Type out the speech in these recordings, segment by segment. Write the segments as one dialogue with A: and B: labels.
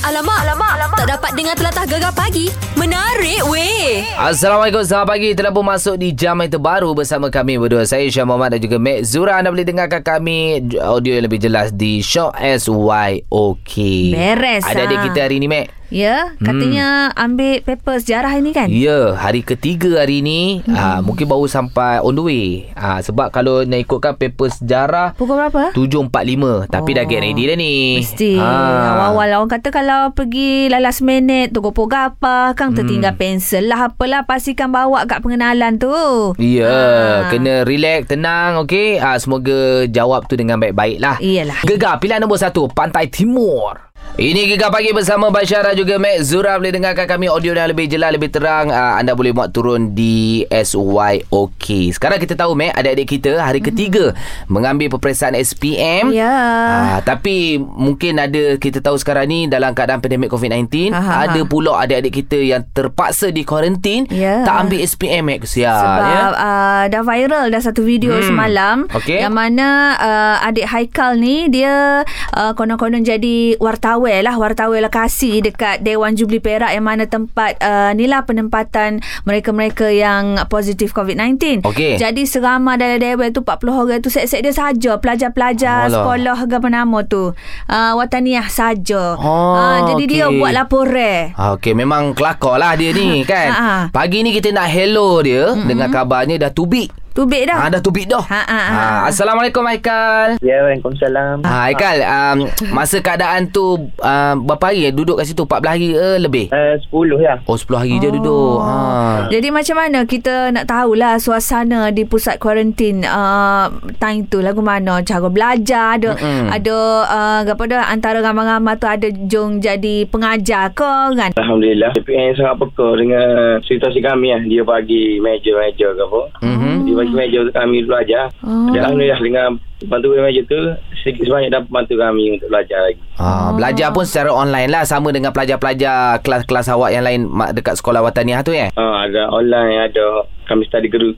A: Alamak, alamak, alamak. Tak dapat dengar telatah gegar pagi. Menarik weh.
B: Assalamualaikum Selamat pagi Telah pun masuk di jam yang terbaru Bersama kami berdua Saya Syah Muhammad dan juga Mek Zura Anda boleh dengarkan kami Audio yang lebih jelas Di Shock SYOK
C: Beres,
B: Ada adik
C: ah.
B: kita hari ni Mek
C: Ya, katanya ambil paper sejarah ini kan?
B: Hmm. Ya, hari ketiga hari ni hmm. aa, Mungkin baru sampai on the way aa, Sebab kalau nak ikutkan paper sejarah
C: Pukul berapa?
B: 7.45 Tapi oh. dah get ready dah ni
C: Mesti
B: Ah.
C: Awal-awal lah Orang kata kalau pergi lah Last minute Tunggu poga apa Kang tertinggal
B: Hmm.
C: pensel lah Apalah Pastikan bawa kat pengenalan tu
B: Ya,
C: Ah.
B: kena relax, tenang, okey? Ah, semoga jawab tu dengan baik-baik lah.
C: Iyalah.
B: Gegar pilihan nombor satu, Pantai Timur. Ini Gegar Pagi bersama Bashara juga Mek Zura. Boleh dengarkan kami audio yang lebih jelas, lebih terang. Ah, anda boleh muat turun di SYOK. Sekarang kita tahu, Mek, adik-adik kita hari ketiga mengambil peperiksaan SPM.
C: Hmm. Ya.
B: Ah, tapi mungkin ada kita tahu sekarang ni dalam keadaan pandemik COVID-19
C: Aha.
B: ada pula adik-adik kita yang terpaksa di kuarantin
C: Ya.
B: tak ambil SPM eh kesian
C: Sebab
B: ya.
C: uh, dah viral dah satu video
B: Hmm.
C: hmm. semalam
B: Okey.
C: yang mana uh, adik Haikal ni dia uh, konon-konon jadi wartawan lah wartawan lokasi dekat Dewan Jubli Perak yang mana tempat uh, inilah penempatan mereka-mereka yang positif COVID-19.
B: Okey.
C: Jadi serama dalam Dewan tu 40 orang tu set-set dia saja pelajar-pelajar
B: Alah.
C: sekolah ke penama tu uh, wataniah saja.
B: Oh,
C: Ah, jadi dia
B: okey.
C: buat laporan.
B: Ah, Okey, memang kelakar lah dia ni kan.
C: Ha, ha.
B: Pagi ni kita nak hello dia mm-hmm. dengan kabarnya dah tubik.
C: Tubik dah.
B: Ah, dah tubik dah.
C: Ha, ha, ha.
B: Ah, Assalamualaikum Haikal.
D: Ya, Waalaikumsalam.
B: Ah, Haikal, um, masa keadaan tu um, berapa hari eh? duduk kat situ? 14 hari ke lebih?
D: Uh, 10 ya.
B: Oh, 10 hari je duduk.
C: Oh.
B: Ha.
C: Jadi macam mana kita nak tahulah suasana di pusat kuarantin uh, time tu lagu mana cara belajar ada mm
B: Mm-mm.
C: ada uh, apa dah antara ramai-ramai tu ada jong jadi pengajar ke kan
D: Alhamdulillah. DPN sangat peka dengan situasi kami ya. Dia bagi meja-meja ke apa.
B: Mhm.
D: Dia bagi meja untuk kami untuk belajar.
C: Oh.
D: Dan Alhamdulillah dengan bantuan meja tu, sedikit sebanyak dapat bantu kami untuk belajar lagi.
B: Ah, belajar pun secara online lah sama dengan pelajar-pelajar kelas-kelas awak yang lain mak- dekat sekolah wataniah tu eh.
D: Ha, ada online, ada kami study group.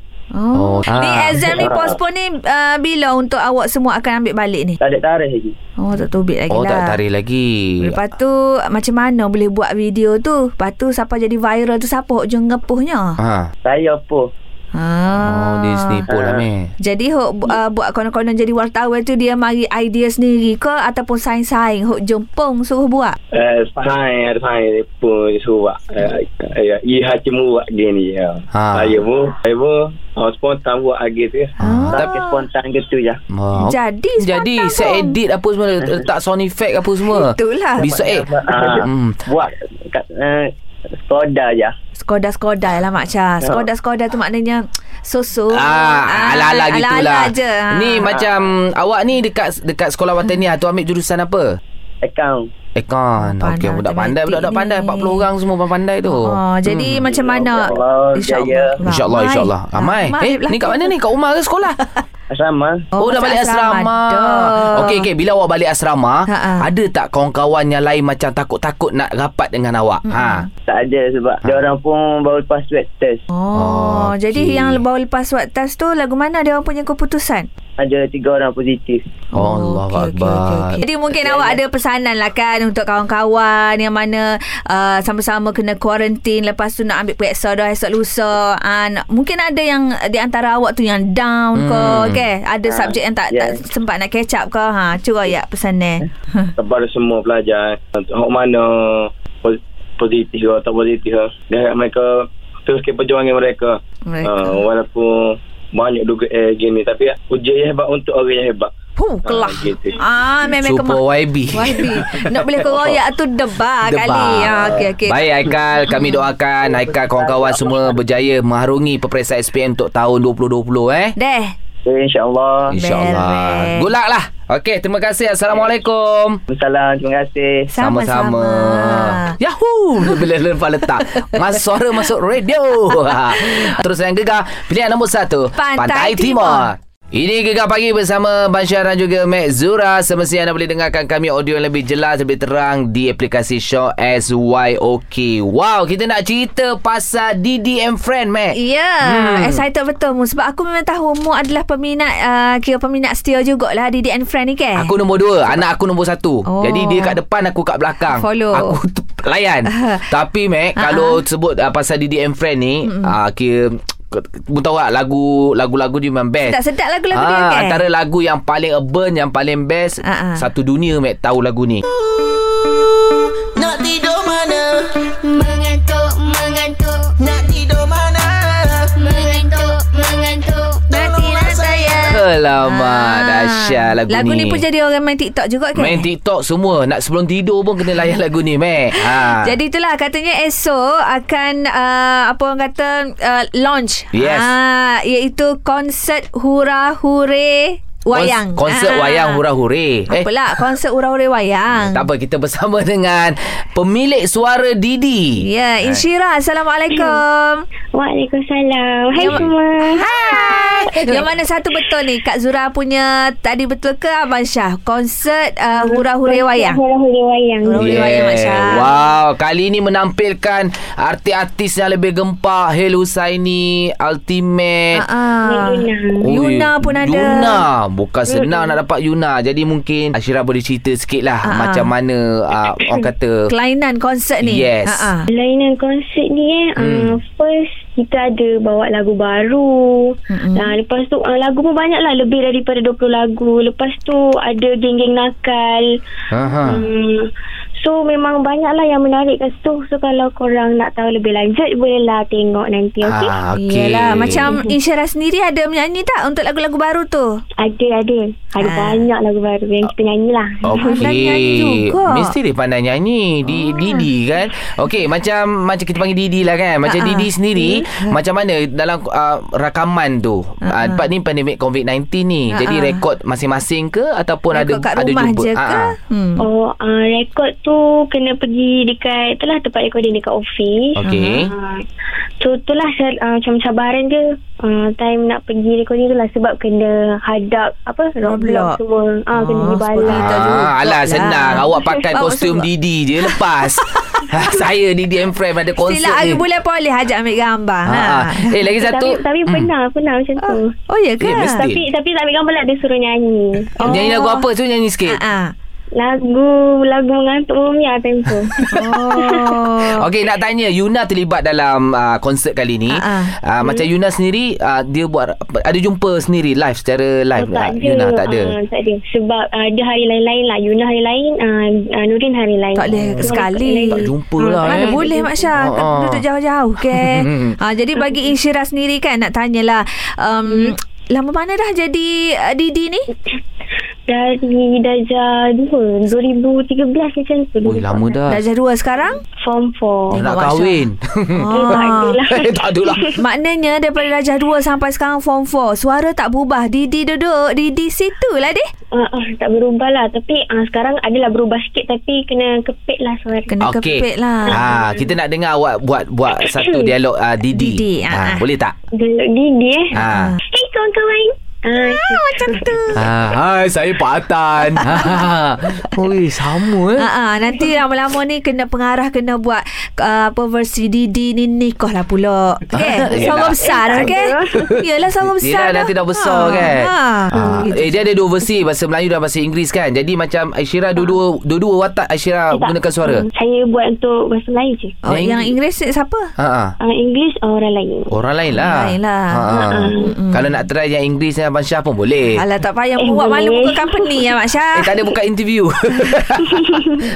C: oh,
B: Oh,
C: ni
B: ah.
C: exam ni postpone ni uh, bila untuk awak semua akan ambil balik ni
D: Tak ada tarikh lagi.
C: oh tak tubik lagi
B: Oh,
C: lah
B: tak tarik lagi.
C: Lepas tu macam mana boleh buat video tu Lepas tu siapa jadi viral tu siapa hok jong ngepuhnya
B: Ha.
D: Saya apa? Ah.
C: ha.
B: Oh, di snipu lah meh.
C: Jadi hok uh, buat konon-konon jadi wartawan tu dia mari idea sendiri ke ataupun saing-saing hok jempong suruh buat.
D: Uh, sain, ada sain pun suruh buat. Uh, ya, ia hakim buat gini. Ya.
B: Ha.
D: Saya pun, saya pun uh, spontan buat lagi tu. ya.
B: Ah.
D: Tapi spontan gitu ya.
B: Wah,
C: Jadi
B: Jadi
C: spontan
B: saya
C: pun.
B: edit apa semua Letak sound effect apa semua
C: Itulah.
B: Bisa eh
D: Ah,
B: Hmm.
D: Buat kat uh, Skoda je.
C: Skoda-skoda lah Mak Syah. Skoda-skoda tu maknanya susu.
B: Ya. Ah, ala-ala gitulah.
C: je. Ah.
B: Ni macam awak ni dekat dekat sekolah watania tu ambil jurusan apa?
D: Account.
B: Ekon.
C: Pandai
B: Okey, budak
C: matematik
B: pandai, budak-budak pandai
C: ni.
B: 40 orang semua orang pandai tu. Hmm.
C: Oh, jadi macam mana?
D: Allah, Oh, jaya.
B: InsyaAllah,
C: Ramai. lah
B: insyaAllah. Ramai. Eh, ni kat mana ni? Kat rumah ke sekolah?
D: Asrama.
B: Oh, dah
C: masa
B: balik asrama.
C: dah.
B: Okey, okey. Bila awak balik asrama,
C: Ha, ha.
B: ada tak kawan-kawan yang lain macam takut-takut nak rapat dengan awak? Ha.
D: Tak ada sebab ha. dia orang pun baru lepas swab test.
C: Oh,
B: Okey.
C: jadi yang baru lepas buat test tu lagu mana dia orang punya keputusan?
D: Ada tiga orang positif.
B: Allah
C: Oh, okey, okey,
B: Oh, Akbar.
C: okey, okey. Jadi mungkin awak ada pesanan lah kan untuk kawan-kawan yang mana uh, sama-sama kena kuarantin lepas tu nak ambil periksa dah esok lusa. Uh, nak- mungkin ada yang di antara awak tu yang down ke
B: Hmm.
C: okay? Ada
D: Ah,
C: subjek yang tak,
D: yeah.
C: tak sempat nak catch up ke. Ha, cuba ya
D: Eh?
C: pesanan.
D: Kepada semua pelajar. Untuk hok mana pos- positif ke tak positif ke. Dia harap mereka teruskan perjuangan mereka.
C: Mereka.
D: Ah, walaupun banyak duga eh, gini. Tapi ujian yang hebat untuk orang yang hebat.
C: Huh, kelah.
D: Ah, gitu.
C: Ah, memang
B: Super
C: kemak.
B: YB.
C: Wahdi. Nak boleh keroyak tu debar
B: Debar.
C: kali. Ha, okey, okey.
B: Baik Haikal, kami doakan
D: Oh,
B: Haikal kawan-kawan semua berjaya mengharungi peperiksaan SPM untuk tahun 2020 eh.
C: Deh.
D: Okay, InsyaAllah.
B: InsyaAllah.
C: Beres.
B: Good luck lah. Okey, terima kasih. Assalamualaikum.
D: Salam. Terima kasih.
C: Sama-sama. Ah.
B: Yahoo Bila lupa letak Mas suara Ha. masuk radio Terus yang gegar Pilihan nombor satu
C: Pantai Timur.
B: Timur. Ini Gegar Pagi bersama Bansyah dan juga Mek Zura. Semestinya anda boleh dengarkan kami audio yang lebih jelas, lebih terang di aplikasi Show SYOK. Wow, kita nak cerita pasal Didi and Friend, Mek.
C: Ya, yeah, hmm. excited betul Mu. Sebab aku memang tahu Mu adalah peminat, uh, kira peminat setia jugalah Didi and Friend ni kan?
B: Aku nombor dua Anak aku nombor satu
C: Oh.
B: Jadi dia kat depan Aku kat belakang
C: Follow.
B: Aku tu, layan Tapi Mac Kalau sebut uh, Pasal Didi and Friend ni uh, Kira Mu tahu tak lagu, Lagu-lagu dia memang best Ah,
C: Sedap-sedap lagu-lagu dia kan?
B: Antara lagu yang paling urban Yang paling best
C: Ah, ah.
B: Satu dunia Mac tahu lagu ni
E: Nak tidur mana?
F: Mengantuk, mengantuk,
E: Nak tidur mana?
F: mengantuk, mengantuk. lah
C: Nantilah saya.
E: ya.
B: Alamak Dahsyat lagu,
C: Ah, lagu ni
B: ni
C: pun jadi orang main TikTok juga kan?
B: Main TikTok semua Nak sebelum tidur pun Kena layan lagu ni Mac ha.
C: Jadi itulah katanya esok akan uh, apa orang kata uh, launch.
B: Yes.
C: Ah iaitu konsert hura hure wayang.
B: Kon- Konsert
C: Ah.
B: wayang hura-hura Eh,
C: Apalah konsert hura hure wayang.
B: Tak apa kita bersama dengan pemilik suara Didi.
C: Ya, Insyira. Assalamualaikum.
F: Waalaikumsalam. Hai
C: Yang-
F: semua.
C: Hai. Yang mana satu betul ni? Kak Zura punya tadi betul ke Abang Syah? Konsert uh, hura hure wayang.
F: Hura-hura wayang.
C: Hura-hura. Boleh wayang, Mak Syah.
B: Wow, kali ini menampilkan artis-artis yang lebih gempak, Hel Husaini, Ultimate.
C: Ah.
F: Luna.
B: Ui,
C: Yuna pun ada. Hmm.
B: Yuna Bukan senang nak dapat Yuna Jadi mungkin Ashira boleh cerita sikit lah
C: Ah, ah.
B: Macam mana uh, Orang kata
C: Kelainan konsert ni.
B: Yes.
C: Ah, ah.
F: Lainan konsert ni eh hmm. uh, First Kita ada bawa lagu baru
C: Mm-mm.
F: hmm. uh, Lepas tu uh, Lagu pun banyak lah Lebih daripada 20 lagu Lepas tu Ada geng-geng nakal
B: Aha.
F: Hmm. So memang banyak lah yang menarik kat situ So kalau korang nak tahu lebih lanjut Bolehlah tengok nanti okay?
B: Ah, okey.
C: Yelah Macam Insyirah sendiri Ada menyanyi tak Untuk lagu-lagu baru tu
F: Ada ada Ada
C: Ah.
F: banyak lagu baru yang kita nyanyi lah
C: Pandai nyanyi
B: Okey.
C: juga. Oh.
B: Mesti dia pandai nyanyi. Di Didi kan. Okey, macam macam kita panggil Didi lah kan. Macam
C: Ha-ha.
B: Didi sendiri Hmm. macam mana dalam uh, rakaman tu. Uh, Sebab ni pandemik COVID-19 ni.
C: Ha-ha.
B: Jadi rekod masing-masing ke ataupun
C: Rekod
B: ada Ah,
C: kat
B: ada
C: rumah
B: jumpa.
C: je ke
B: Ha-ha.
C: hmm.
F: Oh uh, rekod tu kena pergi dekat Itulah tempat recording dekat office
B: Okey.
F: Ah, So itulah sel- ah, macam cabaran dia ah, Time nak pergi recording tu lah Sebab kena hadap Apa
C: Roadblock.
F: Roblock semua ah, Kena
C: Ah,
F: dibalas
C: seperti- Kita juga
B: Ah, alah
C: lah.
B: senang awak pakai
C: Awak
B: kostum
C: sebab-
B: Didi je lepas. Ha, Saya Didi and Friend ada konsert
C: Sila
B: ni.
C: aku boleh boleh Ajak ambil gambar ha.
B: Ha-ha. Eh lagi
F: Tapi,
B: satu.
F: tapi pernah Pernah lah, macam tu
C: Oh, oh ya ke
B: Eh, mesti.
F: Tapi tapi tak ambil gambar lah Dia suruh nyanyi
B: Nyanyi lagu apa tu nyanyi sikit.
C: Oh. Ah.
F: Lagu Lagu mengantuk mumia time tu
C: Oh
B: Okey nak tanya Yuna terlibat dalam uh, konsert kali ni.
C: Ha, ha.
B: Uh, macam Yuna sendiri uh, dia buat ada jumpa sendiri live secara live
F: tak ada,
B: Yuna tak ada.
F: Ah, tak ada. Sebab ah, dia hari lain-lain lah. Yuna hari lain, ah, ah, Nurin hari lain.
C: Tak boleh
F: Semua
C: sekali.
F: hari lain. Ah,
B: tak jumpa lah
C: Mana
B: eh.
C: boleh Mak Syah
B: Ha,
C: kan
B: ha.
C: Duduk jauh-jauh ke ha, Jadi bagi Insyirah sendiri kan Nak tanyalah um,
B: Hmm.
C: Lama mana dah jadi uh, Didi ni?
F: Dari darjah 2, 2013 macam tu.
B: Ui lama dah.
C: Dah jadi dua sekarang?
F: Form 4.
B: Dah nak
C: Tengok Masya.
B: kahwin.
C: Ah.
B: eh tak adalah.
C: Maknanya daripada darjah 2 sampai sekarang form 4 Suara tak berubah Didi duduk Didi situ
B: Eh?
C: lah deh
F: Ah, ah, tak berubah lah. Tapi ah, sekarang adalah berubah sikit tapi kena kepit lah suara.
C: Kena okay. kepit lah
B: Ah, kita nak dengar awak buat buat satu dialog uh, Didi.
C: Didi,
B: Ah,
C: ah, ah.
B: boleh tak?
F: Gelok Didi eh.
B: Ah.
F: Hei kawan-kawan. Ah,
C: Macam tu
B: Ah, hai saya Pak Atan. Ui sama eh.
C: Ha nanti lama-lama ni kena pengarah kena buat uh, apa versi Didi ni nikah lah pula. Okey,
B: Yelah.
C: sama besar okey. Yalah sama
B: Yelah
C: besar.
B: nanti dah besar ha, kan
C: Ha.
B: ha. Eh dia ada dua versi Bahasa Melayu dan bahasa Inggeris kan Jadi macam Aisyira dua-dua Dua-dua watak Aisyira gunakan suara
F: Hmm, Saya buat untuk bahasa Melayu je.
C: Oh, yang Inggeris ni siapa? Oh,
B: ha, ha.
F: Ah, English orang lain.
B: Orang lain lah
C: Orang lain lah.
B: ha, ha. Kalau nak try yang Inggeris Abang Syah pun boleh
C: Alah tak payah buat malu buka company ya Mak Syah.
B: Eh tak ada buka interview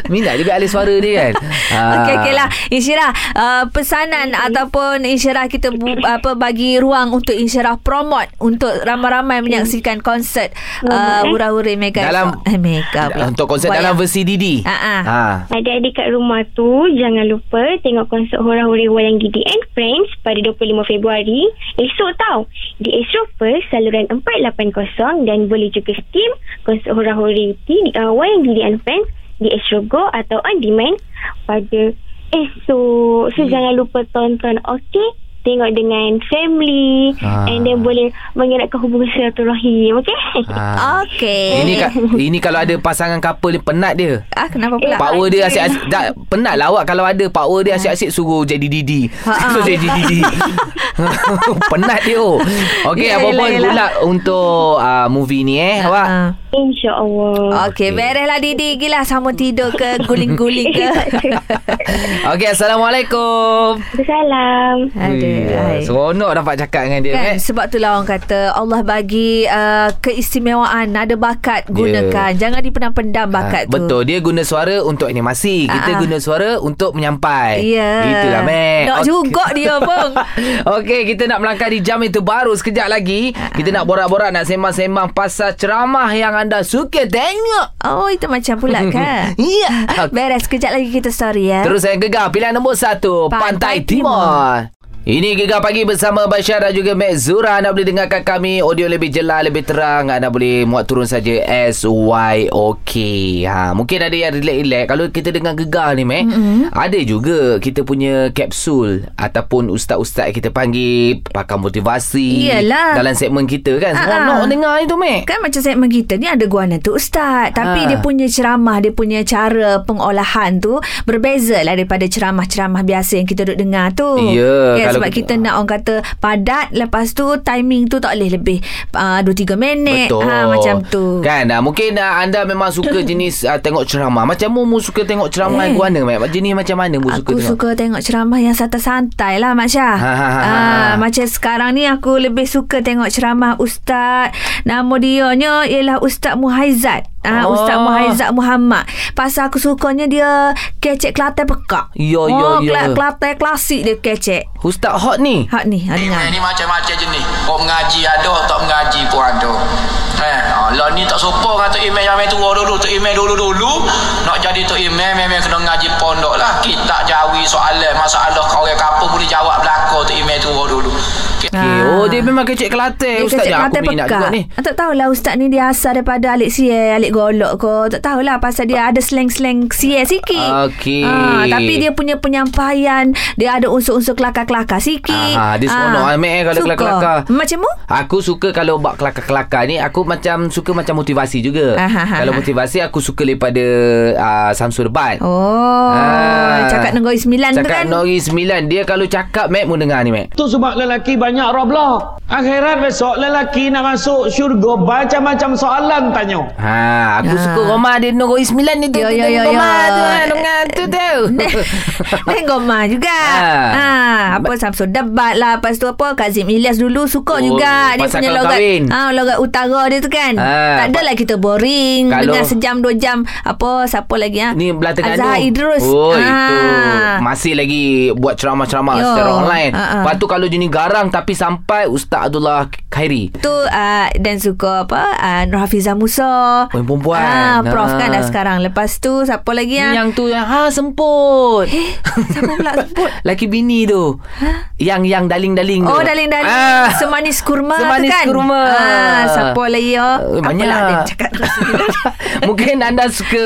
B: Minat juga alis suara dia kan ha.
C: Okey okey lah
F: Ah.
C: Insyirah uh, Pesanan ataupun Insyirah kita bu- apa bagi ruang Untuk Insyirah promote Untuk ramai-ramai menyaksikan konsert uh, Hura-hura Mega
B: Dalam-
C: eh, Mega pula.
B: Untuk konsep dalam
C: Wayang.
B: versi Didi
C: Ha, ha.
F: Adik-adik kat rumah tu jangan lupa tengok konsert hura-hura wayang Gidi and Friends pada 25 Februari esok tau di Astropers saluran 480 dan boleh juga stream konsert hura-hura di uh, wayang Gidi and Friends di Astrogo
B: Hmm.
F: atau on demand pada esok so jangan lupa tonton okey tengok dengan family
B: Ah.
F: and then boleh mengeratkan hubungan silaturahim okey
B: Ha.
C: Okay.
B: Ini ka, ini kalau ada pasangan couple ni penat dia.
C: Ah, kenapa pula?
B: Power dia asyik-asyik tak, Penat lah awak Kalau ada power dia asyik-asyik Suruh jadi Didi
C: Ha,
B: Suruh
C: ha.
B: jadi Didi Penat dia Okay
C: Yelah,
B: apa pun
C: yelah,
B: Good
C: yelah.
B: luck untuk uh, movie ni eh Awak
C: Ah.
F: insyaallah
C: Okey,
B: Okey.
C: berehlah Didi. Gila sama tidur ke guling-guling ke.
B: Okay Assalamualaikum
F: Salam
C: Aduh.
B: Ya,
C: hai.
B: Seronok dapat cakap dengan dia
C: Kan?
B: eh.
C: Sebab tu lah orang kata Allah bagi uh, keistimewaan Ada bakat Gunakan Jangan dipendam-pendam bakat
B: Ah,
C: tu
B: Betul Dia guna suara untuk animasi Kita
C: Ah, ah.
B: guna suara untuk menyampai
C: Ya yeah.
B: Itulah Mac
C: Nak
B: Okey.
C: juga dia pun
B: Okey, kita nak melangkah di jam itu baru sekejap lagi.
C: Ah.
B: Kita nak borak-borak, nak sembang-sembang pasal ceramah yang anda suka tengok.
C: Oh itu macam pula kan
B: Ya.
C: Beres sekejap lagi kita story ya
B: Terus saya gegar pilihan nombor satu, Pantai,
C: Pantai
B: Timur.
C: Timur.
B: Ini Gegar Pagi bersama Bashar dan juga Mek Zura. Anda boleh dengarkan kami audio lebih jelas, lebih terang. Anda boleh muat turun saja SYOK. Ha, mungkin ada yang relax-relax. Kalau kita dengar gegar ni, Mek. Mm-hmm. Ada juga kita punya kapsul ataupun ustaz-ustaz kita panggil pakar motivasi.
C: Yelah.
B: Dalam segmen kita kan.
C: Ah,
B: Semua
C: ah.
B: nak dengar itu, Mek.
C: Kan macam segmen kita ni ada guana tu ustaz Tapi
B: Ha.
C: dia punya ceramah Dia punya cara pengolahan tu Berbeza lah daripada ceramah-ceramah biasa Yang kita duduk dengar tu
B: Ya,
C: kan?
B: kalau
C: Sebab
B: kita-
C: kita, nak orang kata padat Lepas tu timing tu tak boleh lebih uh, 2-3 minit
B: Betul.
C: ha, Macam tu
B: Kan ah, mungkin ah, anda memang suka jenis ah, tengok ceramah. Macam mu mu suka tengok ceramah eh.
C: Eh.
B: iguana Mat. Jenis macam mana mu suka
C: Aku
B: tengok?
C: suka tengok ceramah yang santai-santai lah Mak Syah.
B: Ha, ha, ha,
C: Ah,
B: ha.
C: Macam sekarang ni aku lebih suka tengok ceramah Ustaz. Nama dianya ialah Ustaz Muhaizat. Ah,
B: Oh.
C: oh. Ustaz Muhaizat Muhammad. Pasal aku sukanya dia kecek Kelantan pekak.
B: Ya, ya,
C: oh,
B: ya.
C: Kela- Kelantan klasik dia kecek.
B: Ustaz hot ni.
C: Hak ni, hak dengar.
G: Ini macam-macam jenis. Kau mengaji ada, tak mengaji pun ada. Eh, ah, lah ni tak serupa dengan Tok Imam yang main tua dulu. Tok Imam dulu-dulu nak jadi Tok Imam memang kena ngaji pondok lah. Kita jawi soalan masalah kau orang kapur boleh jawab belakang Tok Imam tua dulu. Okay.
B: Okay.
C: Ah.
B: Oh dia memang kecek Kelantan
C: kecek
B: Ustaz yang aku
C: Kelantan
B: minat juga ni.
C: Ah, Tak tahulah Ustaz ni dia asal daripada Alik Sia, Alik Golok ke. Tak tahulah pasal dia ada slang-slang Sia sikit.
B: Okey.
C: Ah, tapi dia punya penyampaian, dia ada unsur-unsur kelakar-kelakar sikit.
B: Ah, dia seronok ah, Mek, eh, kalau
C: Suka.
B: kelakar-kelakar.
C: Macam mu?
B: Aku suka kalau bak kelakar-kelakar ni Aku macam suka macam motivasi juga
C: Ah, ha, ha,
B: Kalau
C: ha.
B: motivasi aku suka daripada uh, Samsul Bat
C: Oh, cakap Negeri Sembilan tu
B: Ah, Cakap
C: kan.
B: Negeri Sembilan Dia kalau cakap Mac mu dengar ni Mac
H: Tu sebab lelaki banyak roblok. Akhirat besok lelaki nak masuk syurga macam-macam soalan tanya.
B: Ha, aku ha.
C: Ah.
B: suka Goma dia Negeri Sembilan ni tu.
C: Ya,
B: tu,
C: ya,
B: tu,
C: ya,
B: Goma
C: ya.
B: tu ha, dengar tu tu.
C: Dan Goma juga
B: Ah.
C: ha. Apa Samsul Debat lah Lepas tu apa Kazim Ilyas dulu Suka oh,
B: Oh,
C: juga Dia
B: pasal
C: punya
B: kalau
C: logat
B: kahwin.
C: ha, Logat utara dia tu kan
B: Ah.
C: Tak adalah kita boring
B: Kalau-
C: kalau, Dengan sejam dua jam Apa Siapa lagi ha?
B: Ni belah Terengganu.
C: Azhar Idrus
B: Oh,
C: Ah.
B: itu. Masih lagi buat ceramah-ceramah
C: Yo.
B: secara online.
C: Ah, ah.
B: Lepas tu kalau jenis garang tapi sampai Ustaz Abdullah Khairi.
C: Tu uh, Dan suka apa uh, Nur Hafizah Musa
B: Oh, yang perempuan.
C: ah, Prof
B: Ah.
C: kan dah sekarang Lepas tu Siapa lagi
B: Yang,
C: yang,
B: yang tu yang ha semput.
C: Eh, siapa pula sebut?
B: Laki bini tu. Ha? Yang yang daling-daling tu.
C: Oh daling-daling
B: Ah.
C: Semanis kurma
B: Semanis
C: tu kan
B: kurma.
C: ah, Siapa lagi oh?
B: Eh,
C: Apa
B: banyak.
C: lah dia cakap
B: Mungkin anda suka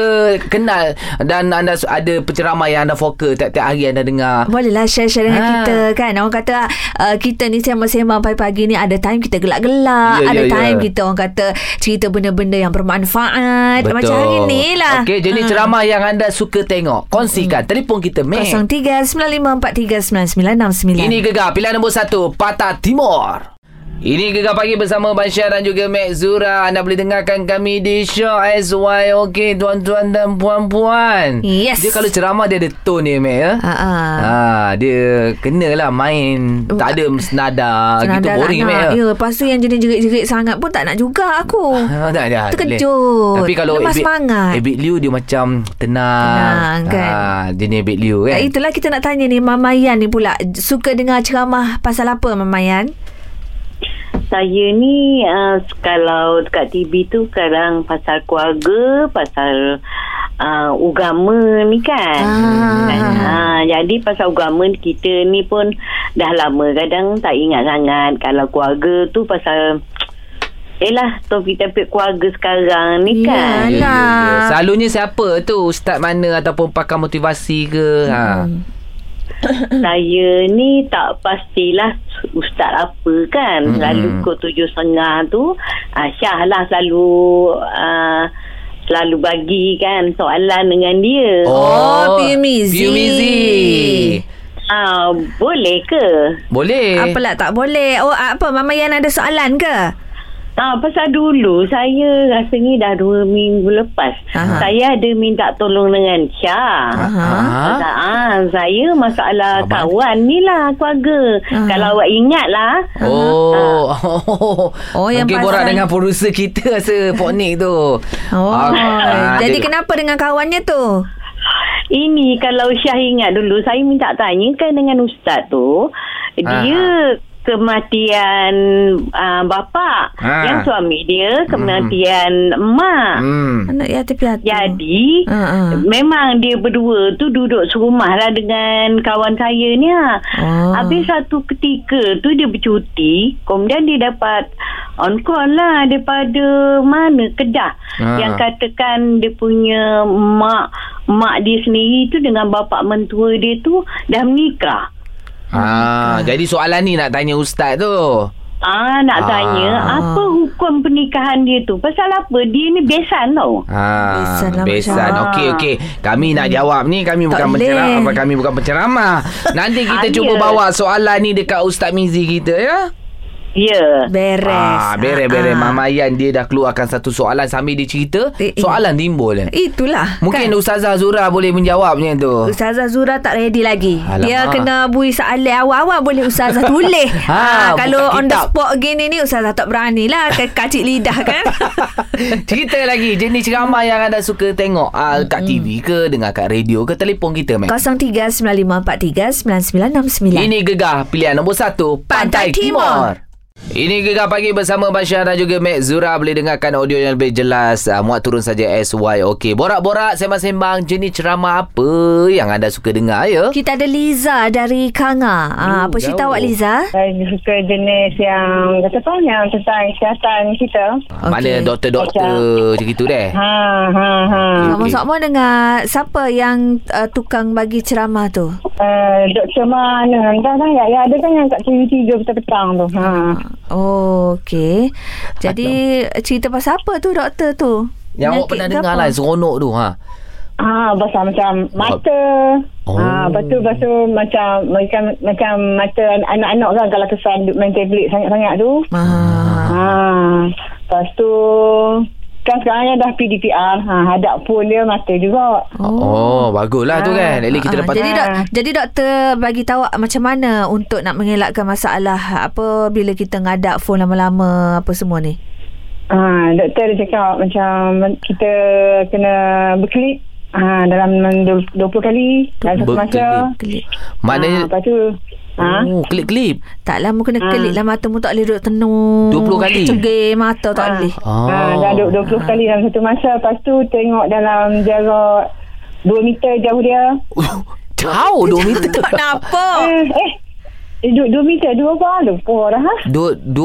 B: kenal dan anda su- ada penceramah yang anda fokus tiap-tiap hari anda dengar.
C: Bolehlah share-share dengan
B: Ah.
C: ha. kita kan Orang kata uh, Kita ni sembang-sembang pagi-pagi ni Ada time kita gelak-gelak
B: Ya,
C: yeah, Ada
B: ya, ya.
C: yeah, time yeah. kita orang kata Cerita benda-benda yang bermanfaat
B: Betul.
C: Macam hari ni lah Hmm.
B: Okey, jenis ceramah ya. yang anda suka tengok. Kongsikan. Telefon kita, Mek.
C: 03-9543-9969
B: Ini Gegar, pilihan nombor satu, Patah Timur. Ini Gegar Pagi bersama Bansyah dan juga Mek Zura. Anda boleh dengarkan kami di Show SY. Okey, tuan-tuan dan puan-puan.
C: Yes.
B: Dia kalau ceramah, dia ada tone dia, Mek. Ya?
C: Ah, ah. Oh,
B: Ha, dia kenalah main. Tak ada senada. gitu,
C: Senada
B: boring,
C: tak
B: Mek.
C: nak.
B: Ya?
C: Ya, lepas tu yang jenis jerit-jerit sangat pun tak nak juga aku.
B: Ha, tak ada.
C: Terkejut.
B: Tapi kalau
C: Lemas semangat.
B: Ebit Liu dia macam tenang.
C: Tenang, kan?
B: Ha, jenis Ebit Liu kan.
C: Eh, Itulah kita nak tanya ni Mama Yan ni pula Suka dengar ceramah pasal apa Mama Yan?
I: Saya ni uh, kalau dekat TV tu sekarang pasal keluarga, pasal uh, agama ni kan.
C: Ah.
I: Ah, jadi pasal agama kita ni pun dah lama kadang tak ingat sangat kalau keluarga tu pasal Yelah topik topik keluarga sekarang ni kan.
C: Yalah.
B: Ya, ya,
C: Hmm.
B: ya. Selalunya siapa tu Ustaz mana Ataupun pakar motivasi ke ha.
I: saya ni tak pastilah ustaz apa kan.
B: Mm-mm.
I: Hmm. Lalu pukul tujuh setengah tu ah, Syah lah selalu ah, selalu bagi kan soalan dengan dia.
C: Oh, Piumizi.
B: Piumizi.
I: Ah, boleh ke?
B: Boleh.
C: Apa lah tak boleh. Oh, apa Mama Yan ada soalan ke?
I: Ah, pasal dulu saya rasanya dah dua minggu lepas.
C: Aha.
I: Saya ada minta tolong dengan Syah.
B: Ha?
I: Ha? Ah, saya masalah
B: Abang.
I: kawan ni lah keluarga.
C: Ah.
I: Kalau awak ingat lah.
B: Oh.
C: Oh, yang
B: Mungkin
C: pasal-
B: borak dengan producer kita rasa Poknik tu.
C: Oh,
B: Ah,
C: jadi
B: dia-
C: kenapa dengan kawannya tu?
I: Ini kalau Syah ingat dulu saya minta tanyakan dengan ustaz tu
B: Ah,
I: dia kematian uh, bapa
B: Ah.
I: yang suami dia kematian emak.
B: Hmm.
C: Anak yatim piatu.
I: Jadi
C: Ah, ah.
I: memang dia berdua tu duduk serumah lah dengan kawan saya ni. ah.
C: Ah.
I: Habis satu ketika tu dia bercuti, kemudian dia dapat on call lah daripada mana Kedah.
B: Ah.
I: Yang katakan dia punya mak mak dia sendiri tu dengan bapa mentua dia tu dah menikah.
B: Ah, jadi soalan ni nak tanya ustaz tu.
I: Ah nak
B: Ah.
I: tanya apa hukum pernikahan dia tu? Pasal apa? Dia ni besan tau.
B: Ha,
C: Besan lah, Mak
B: besan.
C: Syah.
B: Okey okey. Kami nak jawab ni kami
C: Tak
B: bukan
C: boleh.
B: penceramah apa kami bukan penceramah. Nanti kita
I: Ah,
B: cuba
I: ya.
B: bawa soalan ni dekat Ustaz Mizi kita ya.
I: Ya. Yeah.
C: Beres.
B: Ah, beres-beres
C: Ah, ah.
B: Mama Yan dia dah keluarkan satu soalan sambil dia cerita,
C: Eh, eh.
B: soalan timbul. Eh.
C: Itulah.
B: Mungkin
C: kan?
B: Ustazah Zura boleh menjawabnya tu.
C: Ustazah Zura tak ready lagi.
B: Alamak.
C: Dia kena bui soalan awal-awal boleh Ustazah tulis. ha,
B: Ha,
C: kalau
B: buka
C: on the
B: kitab.
C: spot gini ni Ustazah tak berani lah. K- kacik lidah kan.
B: Cerita lagi jenis ceramah yang anda suka tengok ah, kat TV ke dengar kat radio ke telefon kita meh.
C: 0395439969.
B: Ini gegar pilihan nombor satu
C: Pantai
B: Pantai, Timur.
C: Timur.
B: Ini Gegar Pagi bersama Bashar dan juga Mek Zura Boleh dengarkan audio yang lebih jelas uh, Muat turun saja SY OK Borak-borak, sembang-sembang Jenis ceramah apa yang anda suka dengar ya
C: Kita ada Liza dari Kanga. Ha,
B: Oh,
C: apa cerita
B: jauh.
C: awak Liza?
J: Saya suka jenis yang kata tu yang tentang kesihatan kita.
B: okay. Mana
C: okey.
B: doktor-doktor macam itu deh
J: Ha ha ha.
C: Ah, Sama-sama dengan siapa yang uh, tukang bagi ceramah tu?
J: Uh, doktor mana? Entah lah. Ya, ya ada kan yang kat TV3 petang-petang tu. Ha.
C: Oh, Ah, okey. Jadi cerita pasal apa tu doktor tu?
B: Yang awak
C: Penyakit
B: pernah
C: ke
B: dengar
C: apa?
B: lah Seronok tu ha.
J: Ah, pasal macam mata. Oh.
B: Oh.
J: Ah, lepas tu, lepas tu macam, macam, macam mata anak-anak kan kalau kesan duk main tablet sangat-sangat tu.
C: Ah.
J: Ah, lepas tu kan sekarang dah PDPR. Ha, hadap pun dia mata juga.
B: Oh, bagus lah tu kan At least kita
C: Ah,
B: dapat
C: jadi dok, jadi doktor bagi tahu macam mana untuk nak mengelakkan masalah apa bila kita ngadak phone lama-lama apa semua ni.
J: Ha, doktor dia cakap macam kita kena berkelip ha, dalam 20 kali dalam satu masa.
C: Kelip.
J: Ha,
B: Maknanya
J: lepas tu ha,
B: Oh, klip-klip
C: Taklah mu kena
J: Ah.
C: kelip lah mata mu tak boleh duduk tenung.
B: 20 kali?
C: Cegil mata tak
J: Ah.
C: boleh.
J: oh. ha,
B: Oh.
J: dah du- 20 kali dalam satu masa. Lepas tu tengok dalam jarak 2 meter jauh dia.
B: Oh, Jauh 2 meter
C: Tak kenapa.
J: Eh, eh. Eh, 2 meter, 2 apa? Lupa dah ha?
B: 2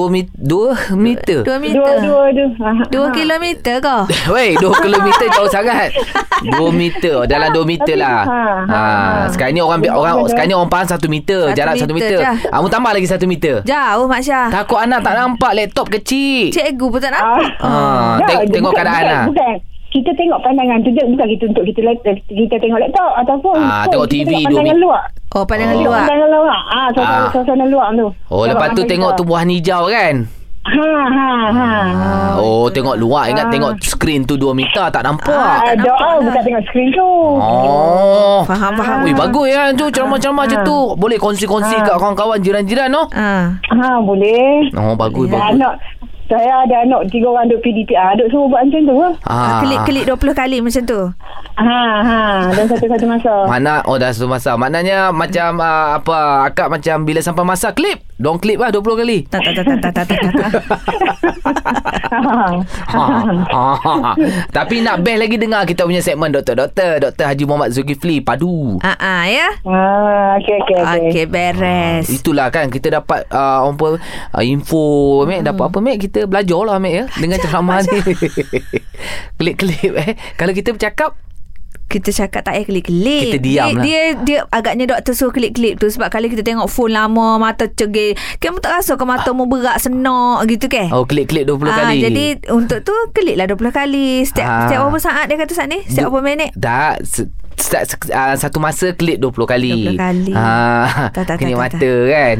B: meter 2 meter
C: Dua
J: Dua,
C: meter.
J: dua, dua. Ha,
C: Dua
J: ha.
C: kilometer ke?
B: Weh, 2 kilometer jauh sangat. 2 meter, oh, dalam 2 meter
J: Tapi, ha,
B: lah. Ha,
J: ha, ha.
B: sekarang ni orang orang
J: Betul.
B: sekarang ni orang faham 1 meter,
C: Satu
B: jarak 1 meter.
C: meter dah.
B: Ah, mu tambah lagi 1 meter.
C: Jauh Mak Syah.
B: Takut anak tak nampak laptop kecil.
C: Cikgu pun tak nampak.
B: Ha,
J: Ah.
B: tengok,
J: bukan-
B: tengok keadaan
J: bukan,
B: lah.
J: Bukan. Kita tengok pandangan tu je bukan kita untuk kita laptop, kita tengok laptop ataupun
B: Ah,
J: phone.
B: tengok
J: Kita
B: TV,
J: tengok pandangan
B: dua-
J: luar.
C: Oh pandangan
B: Oh.
J: Tengok
C: luar.
J: Pandangan luar. Ah, suasana,
B: Ah.
J: suasana luar tu.
B: Oh, lepas tu
J: mata
B: tengok
J: kita.
B: tumbuhan hijau kan?
J: Ha ha ha.
B: Ah, oh, tengok luar. Ingat tengok skrin tu 2 meter tak
J: Ah,
B: nampak.
C: Ah. tak nampak
J: doa
C: lah.
J: bukan tengok skrin tu.
B: Oh.
C: Faham faham.
B: Ui, bagus ya tu ceramah-ceramah macam
J: Ah.
B: tu. Boleh kongsi-kongsi kat kawan-kawan jiran-jiran no.
C: Ah.
J: Ha, boleh.
B: Oh,
J: Dah
B: bagus bagus.
J: anak saya ada anak tiga orang duk PDPR. Duk semua buat macam tu. ah.
B: Ah.
C: Kelip-kelip 20 kali macam tu.
J: Ha ha. Dan satu-satu masa.
B: Mana oh dah satu masa. Maknanya macam uh, apa akak macam bila sampai masa klip, dong klip lah 20 kali.
C: Tak tak tak tak tak tak tak. tak.
B: Ha, ha, ha. Tapi nak best lagi dengar kita punya segmen doktor-doktor Dr. Haji Muhammad Zulkifli Padu.
C: Ah ah ya.
J: Ah, okey okey okey.
C: Okey beres.
B: Itulah kan kita dapat uh, orang apa uh, info mek dapat apa mek kita belajar lah mek ya dengan ceramah ni. Klip-klip eh. Kalau kita bercakap
C: kita cakap tak payah kelik-kelik.
B: Kita
C: dia,
B: diam lah.
C: Dia, dia agaknya doktor suruh kelik-kelik tu sebab kali kita tengok phone lama, mata cegil. Kamu tak rasa ke mata mu berat, senak gitu ke?
B: Oh, klik-klik 20
C: Ah,
B: kali.
C: Jadi untuk tu keliklah 20 kali. Setiap,
B: Ah.
C: setiap berapa saat dia kata saat ni? Setiap berapa minit?
B: Tak se- Start, se- uh, satu masa klik 20
C: 20
B: kali
C: kali.
B: ha,
C: Tak, tak, tak, tak,
B: Kena mata kan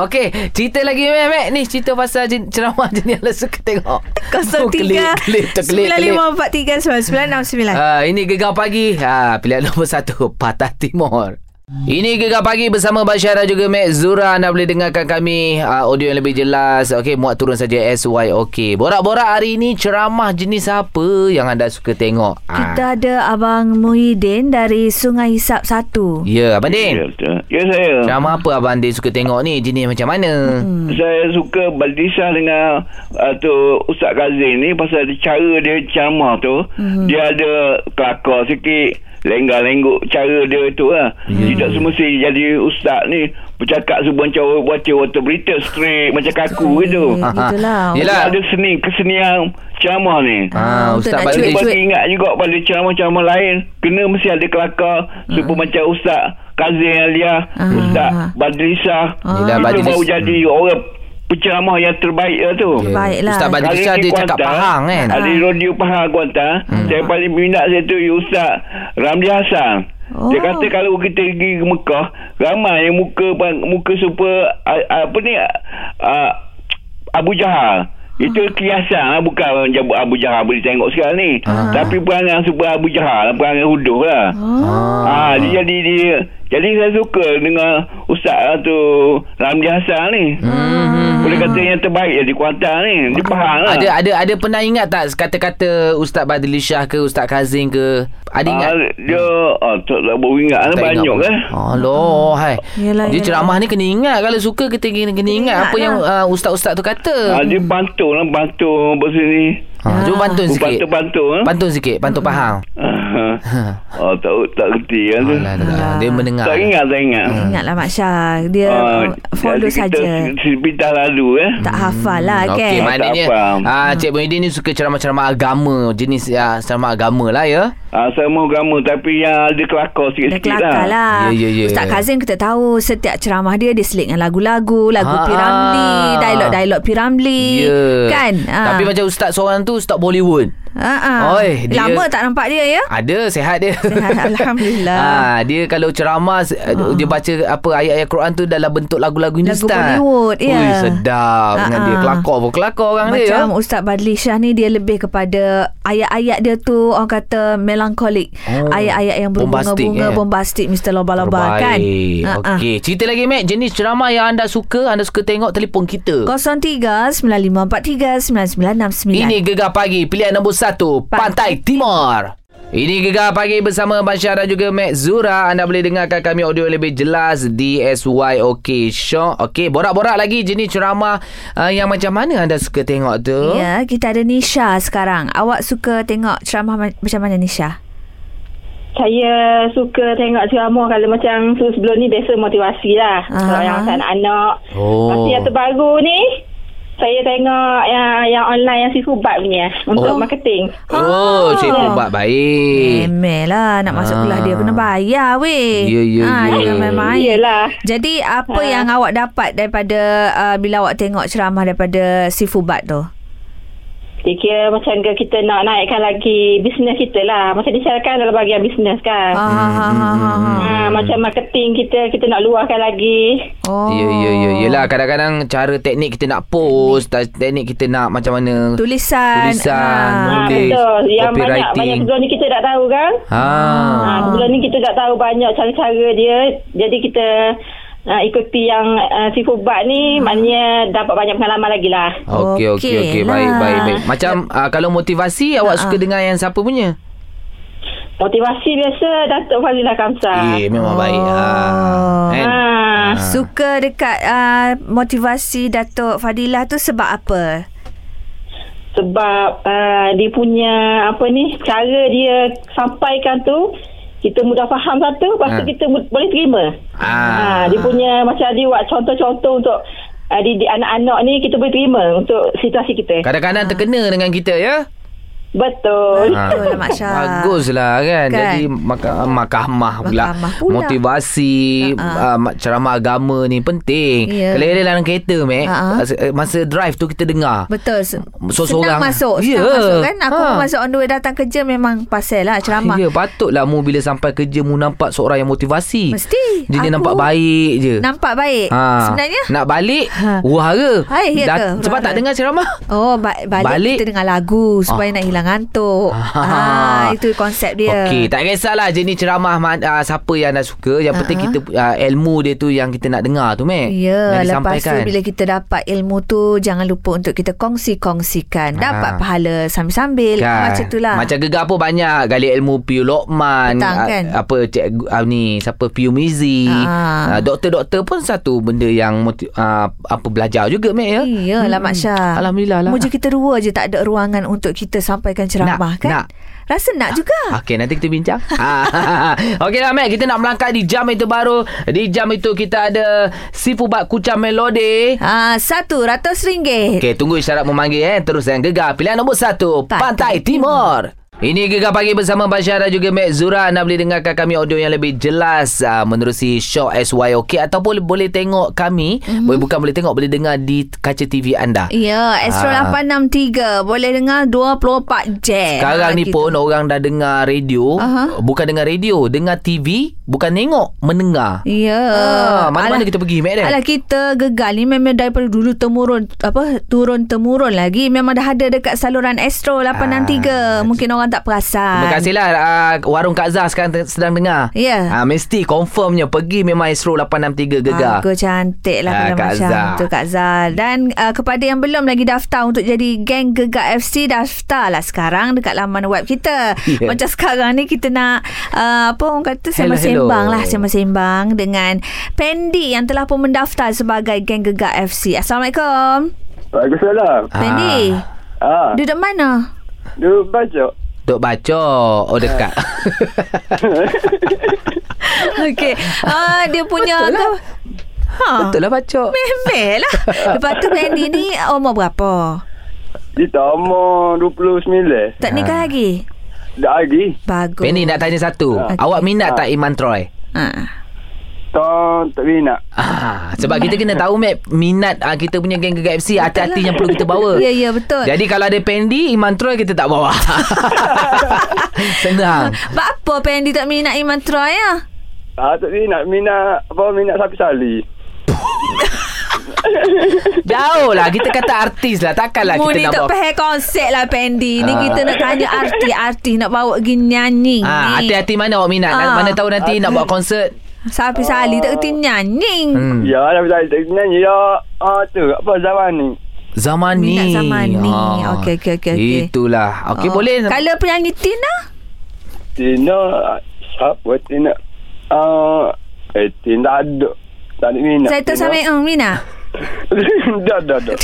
B: Okey Cerita lagi Mek Mek Ni cerita pasal jen- ceramah jenis Yang suka tengok Oh, Klik Klik terkelik klik.
C: 03 9543 9969.
B: Ah, ini Gegar Pagi. Ha, pilihan nombor satu, Patah Timur. Ini Gegar Pagi bersama Basyara juga Mek Zura. Anda boleh dengarkan kami uh, audio yang lebih jelas. Okey, muat turun saja SYOK. Borak-borak hari ini ceramah jenis apa yang anda suka tengok? Ah,
C: Kita ada Abang Muhyiddin dari Sungai Hisap 1.
B: Ya, Abang Din.
K: Ya saya.
B: Ceramah apa Abang Din suka tengok ni? Jenis macam mana? Hmm.
K: Saya suka berdisah dengan uh, tu Ustaz Kazim ni pasal cara dia ceramah tu.
L: Mhm.
K: Dia ada kelakar sikit. Lenggak-lengguk cara dia tu lah. Tidak semesti jadi ustaz ni bercakap sebuah macam orang baca water berita straight macam kaku gitu.
L: gitulah.
K: Yelah. Ada seni kesenian ceramah ni.
B: Ah,
L: Untuk Ustaz nak Badri. cuit-cuit.
K: Lepas ni ingat juga pada ceramah-ceramah lain kena mesti ada kelakar
L: Ah.
K: sebab macam ustaz Kazim Alia, ustaz Badrisah.
L: Ah.
B: Yelah,
K: Itu
B: Badris-
K: baru jadi orang penceramah yang terbaik lah tu.
L: Ya.
B: Terbaiklah. Ustaz Badri
K: Hari
B: Shah
K: ni
B: dia cakap
K: Kuantan,
B: Pahang kan? Hmm.
K: Ada
B: Ah.
K: radio Pahang Kuantan. Saya paling minat saya tu ya, Ustaz Ramli Hassan. Dia
L: Oh.
K: kata kalau kita pergi ke Mekah, ramai yang muka muka super ah, ah, apa ni ah, Abu Jahal. Itu
B: Hmm.
K: kiasan lah. Bukan jabut Abu Jahal boleh tengok sekarang ni.
B: Ah.
K: Tapi perangai super Abu Jahal. Perangai huduh lah. Ah. Ha, dia jadi dia. Jadi saya suka dengan Ustaz lah tu Ramli Hassan ni. Hmm. Boleh kata yang terbaik jadi Kuantan ni. Dia faham lah.
B: Ada ada ada pernah ingat tak kata-kata Ustaz Badli Shah ke Ustaz Kazim ke? Ada ingat?
K: Ah, dia ah, tak tak boleh ingat lah
B: Tak ingat
K: banyak
B: pun.
K: kan.
B: Aloh, hai.
K: Yelah,
B: dia
K: yelah.
B: ceramah ni kena ingat kalau suka kita kena, kena ingat apa yang
C: lah.
B: uh, ustaz-ustaz tu kata.
K: Ah, dia pantun lah. Pantun apa sini.
C: Ah.
B: Ha, cuba pantun sikit.
K: Pantun-pantun. Ha?
B: Pantun sikit, pantun
C: Hmm.
B: Pahang.
K: oh, tak, tak kerti kan tu.
B: Dia mendengar.
K: Tak ingat, tak ingat.
B: Ya.
C: Ingatlah Mak Syah. Dia
K: Ah,
C: uh, follow saja.
K: Sepintas lalu eh.
C: Tak hafal lah kan.
B: Hmm,
C: Hmm.
B: Okey, maknanya ah Cik Muhyiddin ni suka ceramah-ceramah agama, jenis ah, ceramah agama lah ya.
K: Ah sama agama tapi yang ada kelakar
C: Dah kelakar lah.
B: Ya, ya, ya.
C: Ustaz Kazim kita tahu setiap ceramah dia dia selit dengan lagu-lagu, lagu
B: Ah.
C: Piramli, dialog-dialog Piramli.
B: Ya.
C: Kan?
B: Tapi macam ustaz seorang tu ustaz Bollywood.
C: Ah.
B: Oi, dia-
C: Lama tak nampak dia ya?
B: Ada sehat dia.
C: Sehat, Alhamdulillah. Ah.
B: Ah, dia kalau ceramah uh. dia baca apa ayat-ayat Quran tu dalam bentuk lagu-lagu Hindustan.
C: Bollywood, ya.
B: Ui, sedap uh dengan
C: Ah,
B: dia.
C: ah.
B: Kelakar pun kelakar orang
C: Macam
B: dia. ya.
C: Ustaz Badli Shah ni dia lebih kepada ayat-ayat dia tu orang kata melankolik.
B: Oh.
C: Ayat-ayat yang berbunga-bunga,
B: Bombastik, eh?
C: bombastik, Mr. Loba-Loba
B: Terbaik.
C: kan. Ah, ah.
B: Okey, cerita lagi Mac jenis ceramah yang anda suka, anda suka tengok telefon kita.
C: 03-9543-9969
B: Ini Gegar Pagi Pilihan nombor 1 Pantai Timur ini Gegar Pagi bersama Basyar dan juga Mek Zura. Anda boleh dengarkan kami audio lebih jelas di SYOK Show. Okey, borak-borak lagi jenis ceramah uh, yang macam mana anda suka tengok tu?
C: Ya, kita ada Nisha sekarang. Awak suka tengok ceramah ma- macam mana Nisha?
M: Saya suka tengok ceramah kalau macam tu sebelum ni biasa motivasi lah.
C: Ah.
M: Kalau yang pasal anak-anak.
B: Oh.
M: Lepas tu yang terbaru ni, saya tengok yang, yang online yang Sifu Bat punya. ya, Untuk
B: Oh.
M: marketing.
B: Oh, cikgu buat baik.
C: Memel lah nak masuk
B: Ah.
C: kelas dia kena bayar weh.
B: Ya, ya,
C: Ah,
B: ya.
C: Jangan main-main. Yalah. Jadi
M: Ha.
C: apa yang awak dapat daripada uh, bila awak tengok ceramah daripada Sifubat tu?
M: Dia kira macam ke kita nak naikkan lagi bisnes kita lah. Macam dicarakan dalam bahagian bisnes kan.
C: Ah,
A: ha,
C: ah, ah,
M: Ah, macam marketing kita, kita nak luahkan lagi.
C: Oh.
B: Ya, ya, ya. Yelah, kadang-kadang cara teknik kita nak post, teknik, teknik kita nak macam mana.
C: Tulisan.
B: Tulisan,
M: Ah,
B: menulis,
M: betul. Yang banyak, banyak
B: copywriting.
M: sebelum ni kita tak tahu kan.
B: Ah.
M: Ha, sebelum ni kita tak tahu banyak cara-cara dia. Jadi kita uh, ikuti yang uh, si Fubat ni maknanya dapat banyak pengalaman lagi lah.
B: Okey okey
C: lah.
B: okey baik baik baik. Macam uh, kalau motivasi
C: Ah.
B: awak suka dengar yang siapa punya?
M: Motivasi biasa Datuk Fazila Kamsa.
B: Eh memang baik. Ha. Kan?
M: Ah.
C: Oh. Suka dekat uh, motivasi Datuk Fadilah tu sebab apa?
M: Sebab uh, dia punya apa ni, cara dia sampaikan tu kita mudah faham satu, lepas tu
B: Ah.
M: kita mu- boleh terima. Ah.
B: Ah.
M: dia punya macam dia buat contoh-contoh untuk uh, di, di anak-anak ni kita boleh terima untuk situasi kita.
B: Kadang-kadang terkena dengan kita ya. Ah.
M: Betul.
C: Ah. Betul lah Mak Syah.
B: Baguslah kan.
C: Kan?
B: kan? Jadi maka, mahkamah pula.
C: Mahkamah pula. Ah,
B: Motivasi uh-huh. uh, ceramah agama ni penting.
C: Ya.
B: Kalau ada dalam kereta mek
C: Ha-ha.
B: uh-huh. masa drive tu kita dengar.
C: Betul. Se- Senang
B: Seorang-seorang.
C: masuk.
B: Ya.
C: Senang masuk kan. Aku
B: Ha.
C: ha. masuk on the way datang kerja memang pasal lah ceramah.
B: Ya, patutlah mu bila sampai kerja mu nampak seorang yang motivasi.
C: Mesti.
B: Dia ni
C: Aku
B: nampak baik je.
C: Nampak baik.
B: Ha.
C: Sebenarnya. Ha.
B: Nak balik Wahara
C: Hai, ya ke?
B: Sebab tak dengar ceramah
C: Oh, ba- balik,
B: Balik. Ah.
C: balik kita dengar lagu supaya nak hilang ngantuk. Ah, itu konsep dia.
B: Okey, tak kisahlah jenis ceramah man, uh, siapa yang anda suka. Yang penting kita uh, ilmu dia tu yang kita nak dengar tu, Mek.
C: Ya, lepas tu
B: Yang disampaikan.
C: bila kita dapat ilmu tu jangan lupa untuk kita kongsi-kongsikan. Dapat
B: Ah.
C: pahala sambil-sambil. ah, Macam lah. itulah.
B: Kan. Macam gegar pun banyak Gali ilmu Piu Lokman
C: Petang,
B: ah,
C: kan?
B: Apa cik, uh, ni Siapa Piu Mizi
C: Ah.
B: ah, Doktor-doktor pun satu benda yang moti- ah, Apa belajar juga Mek ya
C: Iyalah hmm. Mak Syah
B: Alhamdulillah lah
C: Muja kita dua je tak ada ruangan untuk kita sampaikan ceramah
B: Nak,
C: kan
B: nak.
C: Rasa nak juga
B: Okey, nanti kita bincang. Ah, Okey lah, Mac. Kita nak melangkah di jam itu baru. Di jam itu kita ada Sifubat Kucang Melode.
C: Ah, satu ratus ringgit.
B: Okey, tunggu isyarat memanggil eh. Terus dengan Gegar. Pilihan nombor satu, Pantai, Timur. Ini Gegar Pagi bersama Bashar dan juga Mek Zura. Anda boleh dengarkan kami audio yang lebih jelas uh, menerusi Show SYOK ataupun boleh tengok kami. Mm-hmm. Boleh bukan boleh tengok, boleh dengar di kaca TV anda.
C: Mhm. Ya, Astro
B: Ah.
C: 863 boleh dengar 24 jam.
B: Sekarang
C: Ah,
B: ni
C: gitu.
B: pun orang dah dengar radio,
C: Aha.
B: bukan dengar radio, dengar TV, bukan tengok, mendengar.
C: Ya.
B: Ah, mana-mana
C: Alah-
B: kita pergi, Mek Dek?
C: Alah kita gegar ni memang daripada dulu temurun apa turun temurun lagi memang dah ada dekat saluran Astro 863. Mungkin orang tak perasan.
B: Ah, Terima kasihlah uh, Warung Kak Zah sekarang te- sedang dengar
C: Ya.
B: Ah, Mesti confirmnya Pergi memang Astro 863 Gegar
C: Aku cantik Ah,
B: Ah,
C: lah ha,
B: Kak
C: Kak Zal.
B: Zal.
C: Tu Kak Zal. Dan uh, kepada yang belum lagi daftar untuk jadi geng Gegar FC, daftar lah sekarang dekat laman web kita.
A: Ya.
C: Yeah. Macam sekarang ni kita nak, uh, apa orang kata,
A: Hello,
C: sembang-sembang
A: hello.
C: lah. Sembang-sembang dengan Pendi yang telah pun mendaftar sebagai geng Gegar FC. Assalamualaikum.
L: Waalaikumsalam.
C: Pendi,
L: Ah.
C: duduk mana?
L: Duduk bajak.
B: Duk baca Oh dekat
C: Okey. Uh, dia punya... Betul lah. Ha.
B: Betul lah baca.
C: Memel lah. Lepas tu Pendi ni umur berapa?
L: Kita umur 29.
C: Tak nikah lagi?
L: Dah lagi.
C: Bagus.
B: Penny Ah. nak tanya satu Awak minat tak Iman Troy?
C: Ha.
L: Tak, tak minat.
B: Ah, sebab kita kena tahu Mek Minat ah, kita punya geng Gegar FC Hati-hati yang perlu kita
C: lah.
B: bawa
C: Ya, ya, betul.
B: Jadi kalau ada Pendi Iman Troy kita tak bawa Senang
C: Sebab apa Pendi tak minat Iman Troy ya?
L: Ah, tak minat. Minat, apa, minat sapi sali.
B: Jauh lah Kita kata artis lah Takkanlah
C: Mu
B: kita
C: ni
B: nak
C: tak
B: bawa
C: faham konsep lah Pendi. Ni
B: Ah.
C: kita nak tanya arti-arti nak bawa pergi nyanyi
B: Ah,
C: ni.
B: hati-hati mana awak minat.
C: Ah.
B: Mana tahu nanti nak buat konsert.
C: Sapi sali tak kerti nyanyi.
B: Hmm.
L: Ya, sapi sali. Tak nyanyi. Ya, ah, tu. Apa, zaman ni.
B: Zaman ni. Ah.
C: Minat zaman ni. Okey, okey, okey, okey.
B: Itulah. Okey, oh. boleh.
C: Kalau penyanyi lah, Tina?
L: Tina, ah, siapa Tina? Ah, eh, Tina ada. Tak ada minat.
C: Saya tak sampai um, minat.
L: Dah, dah, dah.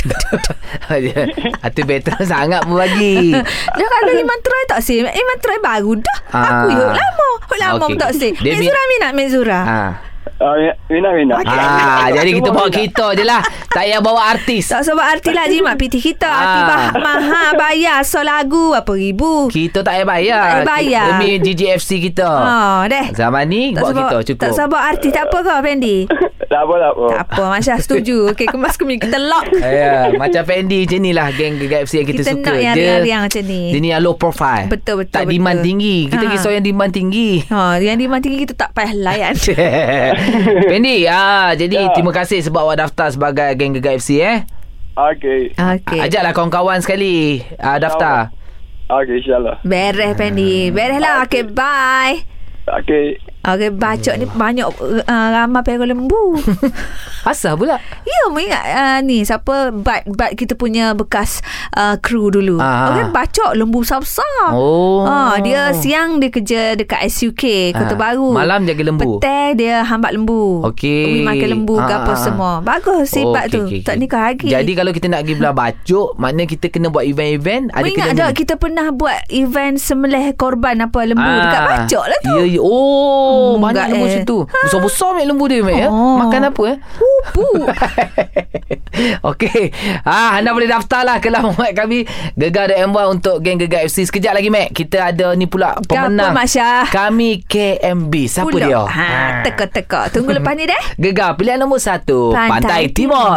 C: Oh.
B: Itu better sangat pun bagi.
C: Dia kalau Iman Troy tak sih. Iman Troy baru dah.
B: Ah.
C: Aku lah. yuk lama. Yuk lama
B: Okey.
C: okay. tak sih.
B: Dia
C: Mezura minat Mezura.
B: Ah.
L: Ah, minat, minat.
B: Ah, jadi kita bawa
L: Minat.
B: kita je lah. Tak payah bawa artis.
C: Tak sebab arti lah jimat piti kita. Arti
B: Ah.
C: bah- maha bayar so lagu apa ribu.
B: Kita tak payah bayar.
C: Tak payah bayar.
B: Demi GGFC kita.
C: Ah, deh.
B: Oh. Zaman ni
C: Tak
B: buat
C: sebab-
B: kita cukup.
C: Tak sabar arti tak apa kau Fendi.
L: Tak apa, lah, tak apa.
C: Tak apa Masya setuju. Okey kemas kami kita lock.
B: Ya, macam Fendi je ni lah geng GGFC yang kita,
C: Kita
B: suka.
C: nak yang
B: Dia-
C: riang-riang macam ni.
B: Dia ni yang low profile.
C: Betul betul.
B: Tak
C: betul.
B: demand tinggi. Kita
C: Ha.
B: kisah yang demand tinggi.
C: Ha, yang demand tinggi kita tak payah kan. layan.
B: Fendi, ah, jadi ya. terima kasih sebab awak daftar sebagai geng Gegar FC eh.
L: Okey.
C: Okey.
B: Ajaklah kawan-kawan sekali ah, daftar.
L: Okey, insyaAllah.
C: Beres Fendi. Beres lah. Okey bye.
L: Okey.
C: Okey bacok ni banyak uh, ramai perut lembu.
B: Asal pula?
C: Ya, mengingat uh, ni siapa bat bat kita punya bekas uh, kru dulu.
A: Ah.
C: Ah. Okey bacok lembu besar-besar.
B: Oh.
C: Ha, dia siang dia kerja dekat SUK Kota
B: Ah.
C: Baru.
B: Malam jaga lembu.
C: Petang dia hambat lembu. Pergi
B: Okey.
C: makan lembu
B: Ah,
C: ke apa
B: ah, ah.
C: semua. Bagus sifat okay, tu. Okay, okay. Tak nikah lagi.
B: Jadi kalau kita nak pergi belah bacok, maknanya kita kena buat event-event. Ada
C: Mengingat
B: kena
C: tak kita pernah buat event semelih korban apa lembu
B: Ah.
C: dekat Bacok lah tu.
B: Ya, ya. Oh,
C: Hmm,
B: banyak
C: enggak
B: lembu
C: eh.
B: situ. Besar-besar ambil lembu dia, Mek. Ya? Makan apa, eh?
C: Oh, Sapu.
B: Okey. Ah, anda boleh daftarlah ke laman web kami Gegar MY untuk geng Gegar FC. Sekejap lagi Mac, kita ada ni pula pemenang.
C: Mak Syah?
B: Kami KMB. Siapa
C: Pulak.
B: dia?
C: Ha, teka-teka. Tunggu lepas ni deh.
B: Gegar pilihan nombor satu
C: Pantai
B: Pantai, Timur.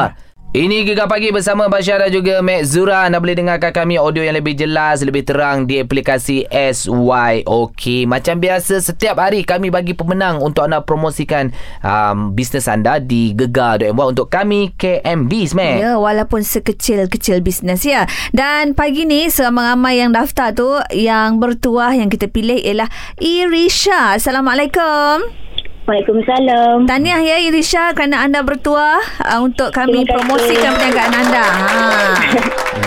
B: Ini Gegar Pagi bersama Bashar dan juga Mek Zura. Anda boleh dengarkan kami audio yang lebih jelas, lebih terang di aplikasi SYOK. Macam biasa, setiap hari kami bagi pemenang untuk anda promosikan um, bisnes anda di Gegar.my untuk kami KMB, Smack.
C: Ya, walaupun sekecil-kecil bisnes ya. Dan pagi ni seramai-ramai yang daftar tu yang bertuah yang kita pilih ialah Irisha. Assalamualaikum.
E: Waalaikumsalam.
C: Tahniah ya Irisha kerana anda bertuah uh, untuk kami
E: Terima kasih.
C: promosikan perniagaan anda. Ha.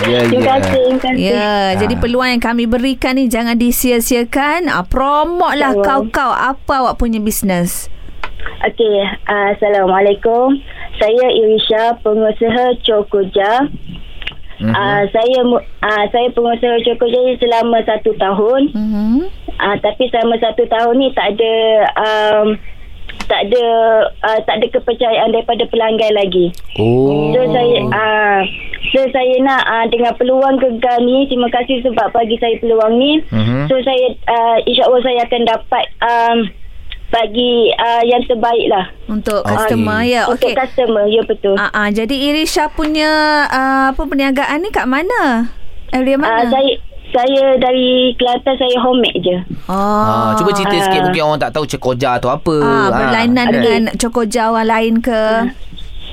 B: Ya, Ah.
C: Ya, jadi peluang yang kami berikan ni jangan disia-siakan. Ah, promote
E: Ya,
C: lah kau-kau apa awak punya bisnes.
E: Okey, uh, Assalamualaikum. Saya Irisha, pengusaha Cokoja.
I: Mhm.
E: Mm-hmm. Uh, saya mu- uh, saya pengusaha Cokoja selama satu tahun.
B: Mhm.
C: Mm-hmm.
E: Uh, tapi selama satu tahun ni tak ada um, tak ada uh, tak ada kepercayaan daripada pelanggan lagi.
B: Oh.
E: So saya uh, so saya nak uh, dengan peluang gegar ni terima kasih sebab bagi saya peluang ni.
I: Mhm.
E: Mm-hmm. So saya uh, insya-Allah saya akan dapat um, bagi uh, yang terbaik lah.
C: Untuk
E: Ah,
C: customer
E: ya.
C: ya.
E: Untuk
C: Okey.
E: customer, ya betul.
C: Ah, ah, jadi Irisha punya ah, apa perniagaan ni kat mana? Area
E: Ah,
C: mana?
E: saya saya dari Kelantan saya homemade je.
B: Ah,
C: Oh.
B: cuba cerita sikit mungkin orang tak tahu cekoja tu apa.
C: Ah, berlainan
B: Ah.
C: dengan cokoja orang lain ke?
E: Ah.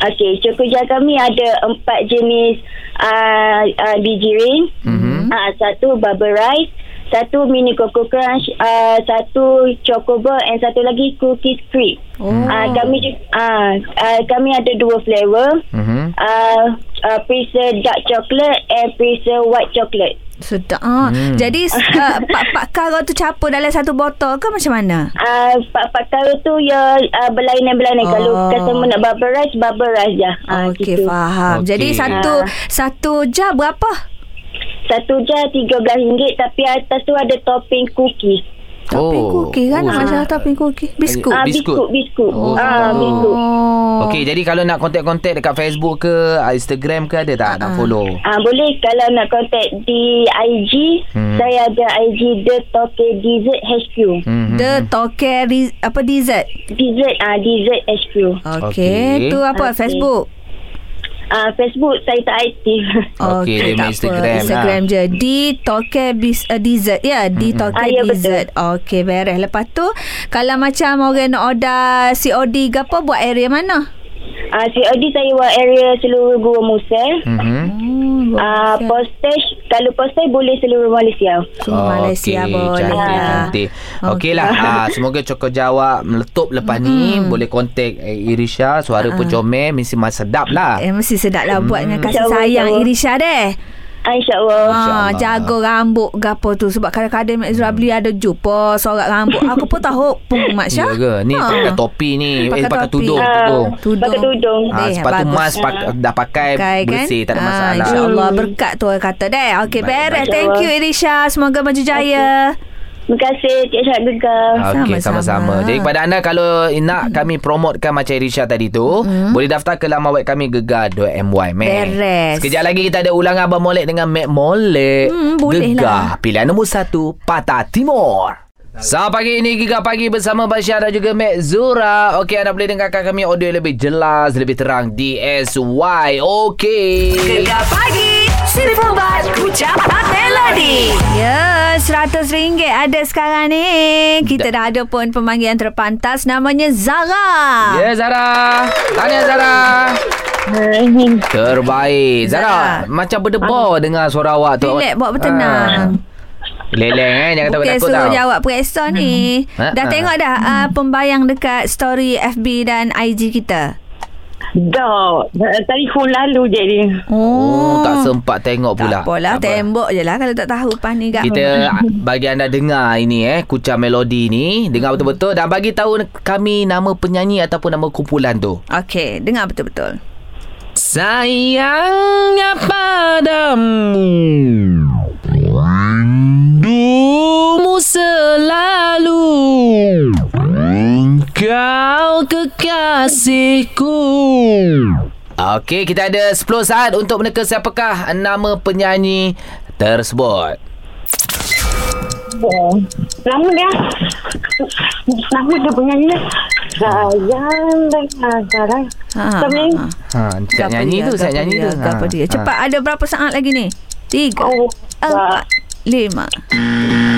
E: Okey, cokoja kami ada empat jenis uh, uh, digiring. Mm-hmm. Uh, satu bubble rice, satu mini coco crunch, uh, satu chocobo and satu lagi cookies cream.
I: Oh.
E: Uh, kami ju- uh, uh, kami ada dua flavor.
B: Mm-hmm.
I: Hmm.
E: Uh, uh, prefer dark chocolate and prefer white chocolate.
C: Sedap. Ah.
E: Hmm.
C: Jadi uh, pak-pak kara tu campur dalam satu botol ke macam mana?
E: Uh, empat perkara tu ya uh,
C: Oh. Ah,
E: berlainan-berlainan. Oh. Kalau customer nak bubble rice, bubble rice je. Uh,
C: Okey, faham. Jadi
E: Okey.
C: satu
E: Ah.
C: satu jar berapa?
E: Satu jar RM13 tapi atas tu ada topping cookies.
C: Topping cookie kan?
B: Oh.
C: Nama saya topping cookie. Biskut.
E: Ah, biskut, biskut. Oh. Ah, biskut.
C: Oh.
B: Okey, jadi kalau nak kontak-kontak dekat Facebook ke, ah, Instagram ke ada tak nak follow?
E: Ah, boleh kalau nak contact di IG,
B: Hmm.
E: saya ada IG The Toke Dessert HQ.
B: Hmm,
C: The toke riz- apa dessert?
E: Dessert ah dessert HQ.
C: Okey, tu apa
E: Okey.
C: Facebook?
E: Ah Facebook saya tak aktif.
B: Okey, dia main Instagram lah.
C: Instagram je. Di Toke Bis, uh, Dessert. Ya, yeah, di Toke
E: Ah, ya, betul.
C: Dessert. Okey, beres. Lepas tu, kalau macam orang nak order COD ke apa, buat area mana?
E: Ah COD saya buat area seluruh Gua Musel.
B: Mhm.
C: Hmm,
E: Ah postage kalau postage boleh seluruh Malaysia.
C: Malaysia boleh
B: Oh, Ah,
C: ya. Oh.
B: Cantik,
E: lah.
B: cantik. Okey lah. ah, semoga Cokok Jawa meletup lepas ni. Boleh kontak eh, Irisha. Suara
C: Mm. Ah.
B: pun comel. Mesti masih sedap lah.
C: Eh, mesti sedap lah buat
B: Mm.
C: dengan kasih
E: InsyaAllah,
C: sayang
E: insyaAllah.
C: Irisha deh.
E: Ah, InsyaAllah.
C: Ha, jaga rambut gapo tu sebab kadang-kadang Mek
B: Mm.
C: Zura beli ada jumpa sorak rambut. Aku pun tahu pun Mak Syah.
B: Ya ke? Ni
C: Ha.
B: pakai topi ni. Eh, pakai
C: topi.
B: tudung.
E: Ah,
B: Tudung.
C: Pakai tudung.
B: Ah,
C: Eh,
B: sepatu
C: bagus.
B: emas pak, dah pakai,
C: Pakai kan
B: bersih tak ada
C: Ah,
B: masalah.
C: InsyaAllah berkat tu orang kata deh Okey
B: Baik,
C: beres
B: baik.
C: Thank you Irisha Semoga maju jaya
E: Terima kasih Cik Syah Gegar
B: Okey sama-sama. Jadi pada anda kalau
C: Hmm.
B: nak kami promotekan macam Irisha tadi tu,
C: Mhm.
B: boleh daftar ke laman web kami gegar.my. Mek.
C: Beres.
B: Sekejap lagi kita ada ulangan Abang Molek dengan Mac Molek.
C: Hmm, boleh
B: gegar. Pilihan nombor satu, Patah Timur. Selamat pagi ini Giga Pagi bersama Bashir dan juga Mek Zura Okey anda boleh dengarkan kami audio yang lebih jelas Lebih terang di SY Okey
I: Gegar
C: pagi Sini
I: Pembat Ucapan Melody
C: Ya, RM100 ada sekarang ni. Kita dah ada pun pemanggil yang terpantas namanya Zara.
B: Ya Zara Tahniah Zara Terbaik Zara, Macam berdebar dengar suara awak tu
C: Relax, buat bertenang.
B: Ah. Leleng eh Jangan takut
C: Bukan
B: takut
C: suruh
B: tau
C: jawab periksa ni.
B: Ha,
C: Dah
B: ha.
C: tengok dah uh, pembayang dekat story FB dan IG kita.
I: Dah Telefon lalu je dia
B: Oh, tak sempat tengok pula.
C: Tak apalah,
B: Tak apa.
C: tembok je lah kalau tak tahu pas ni gak.
B: Kita bagi anda dengar ini eh Kucah melodi ni Dengar betul-betul Dan bagi tahu kami Nama penyanyi Ataupun nama kumpulan tu
C: Okey, dengar betul-betul.
B: Sayangnya padamu Rindumu selalu
N: Kau kekasihku
B: Okey, kita ada 10 saat untuk meneka siapakah nama penyanyi tersebut.
F: Lama dah. Lama dah penyanyi dah. Sayang dengan sayang.
C: Ha,
F: Macam ni.
C: ha.
B: Ha, siap
C: Gapo
B: nyanyi
C: dia,
B: tu, siap
C: gapo
B: nyanyi
C: dia,
B: tu. Ha.
C: Gapo dia. Cepat ada berapa saat lagi ni? Tiga,
I: Oh,
C: empat, lima.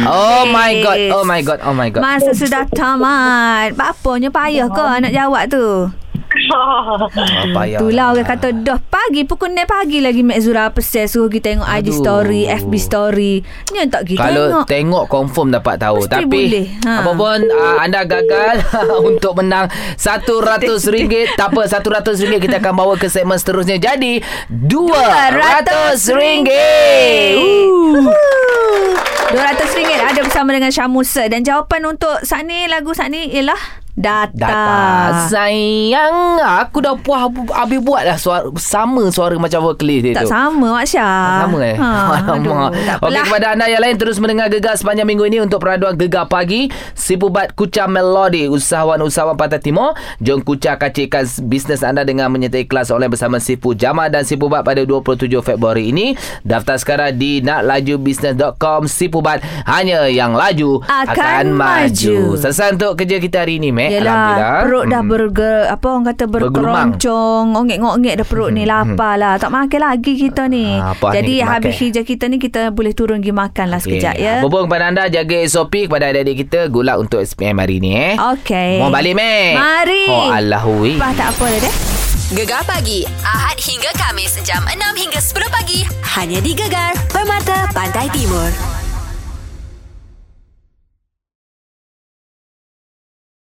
B: Oh my god,
C: Yes.
B: oh my god, oh my god.
C: Masa sudah tamat. Bapanya payah kau nak jawab tu.
B: payah.
C: Itulah orang kata dah pagi pukul 9 pagi lagi Mek Zura pesan suruh kita tengok IG story, FB story. Ni yang tak kita tengok.
B: Kalau tengok confirm dapat tahu
C: Mesti
B: Tapi
C: boleh. Ha.
B: apa pun uh, anda gagal untuk menang RM100 Tak apa RM100 kita akan bawa ke segmen seterusnya Jadi RM200
C: RM200 ada bersama dengan Syamusa dan jawapan untuk saat ni lagu saat ni ialah Data.
B: Data Sayang Aku dah puas Habis buat lah suara, Sama suara macam vocalist dia
C: Tak
B: tu
C: sama Mak Syah.
B: Sama eh
C: Ha,
B: Alamak Okey kepada anda yang lain Terus mendengar Gegar sepanjang minggu ini Untuk peraduan Gegar Pagi Sipubat Kucha Melody Usahawan-usahawan Pantai Timur Jom Kucha kacikkan bisnes anda Dengan menyertai kelas online Bersama Sipu Jamal dan Sipubat Pada 27 Februari ini Daftar sekarang di naklajubisnes.com Sipubat Hanya yang laju
C: Akan maju.
B: Selesai untuk kerja kita hari ini Mek eh? Alhamdulillah
C: Yelah Perut dah
B: Hmm.
C: berger Apa orang kata
B: Bergelumang.
C: Berkeroncong Ongek-ngongek dah perut ni Lapar lah Tak makan lagi kita ni
B: Hmm. Ah, apa
C: Jadi
B: ni kita
C: habis
B: makan?
C: kerja kita ni Kita boleh turun pergi makan lah sekejap ya
B: Berhubung kepada anda Jaga SOP kepada adik-adik kita Good luck untuk SPM hari ni eh
C: Okey.
B: Mau balik Mek
C: Mari.
B: Oh Allah weh
C: Lepas tak apa dah deh
A: Gegar pagi Ahad hingga Kamis jam 6 hingga 10 pagi hanya di Gegar Permata Pantai Timur.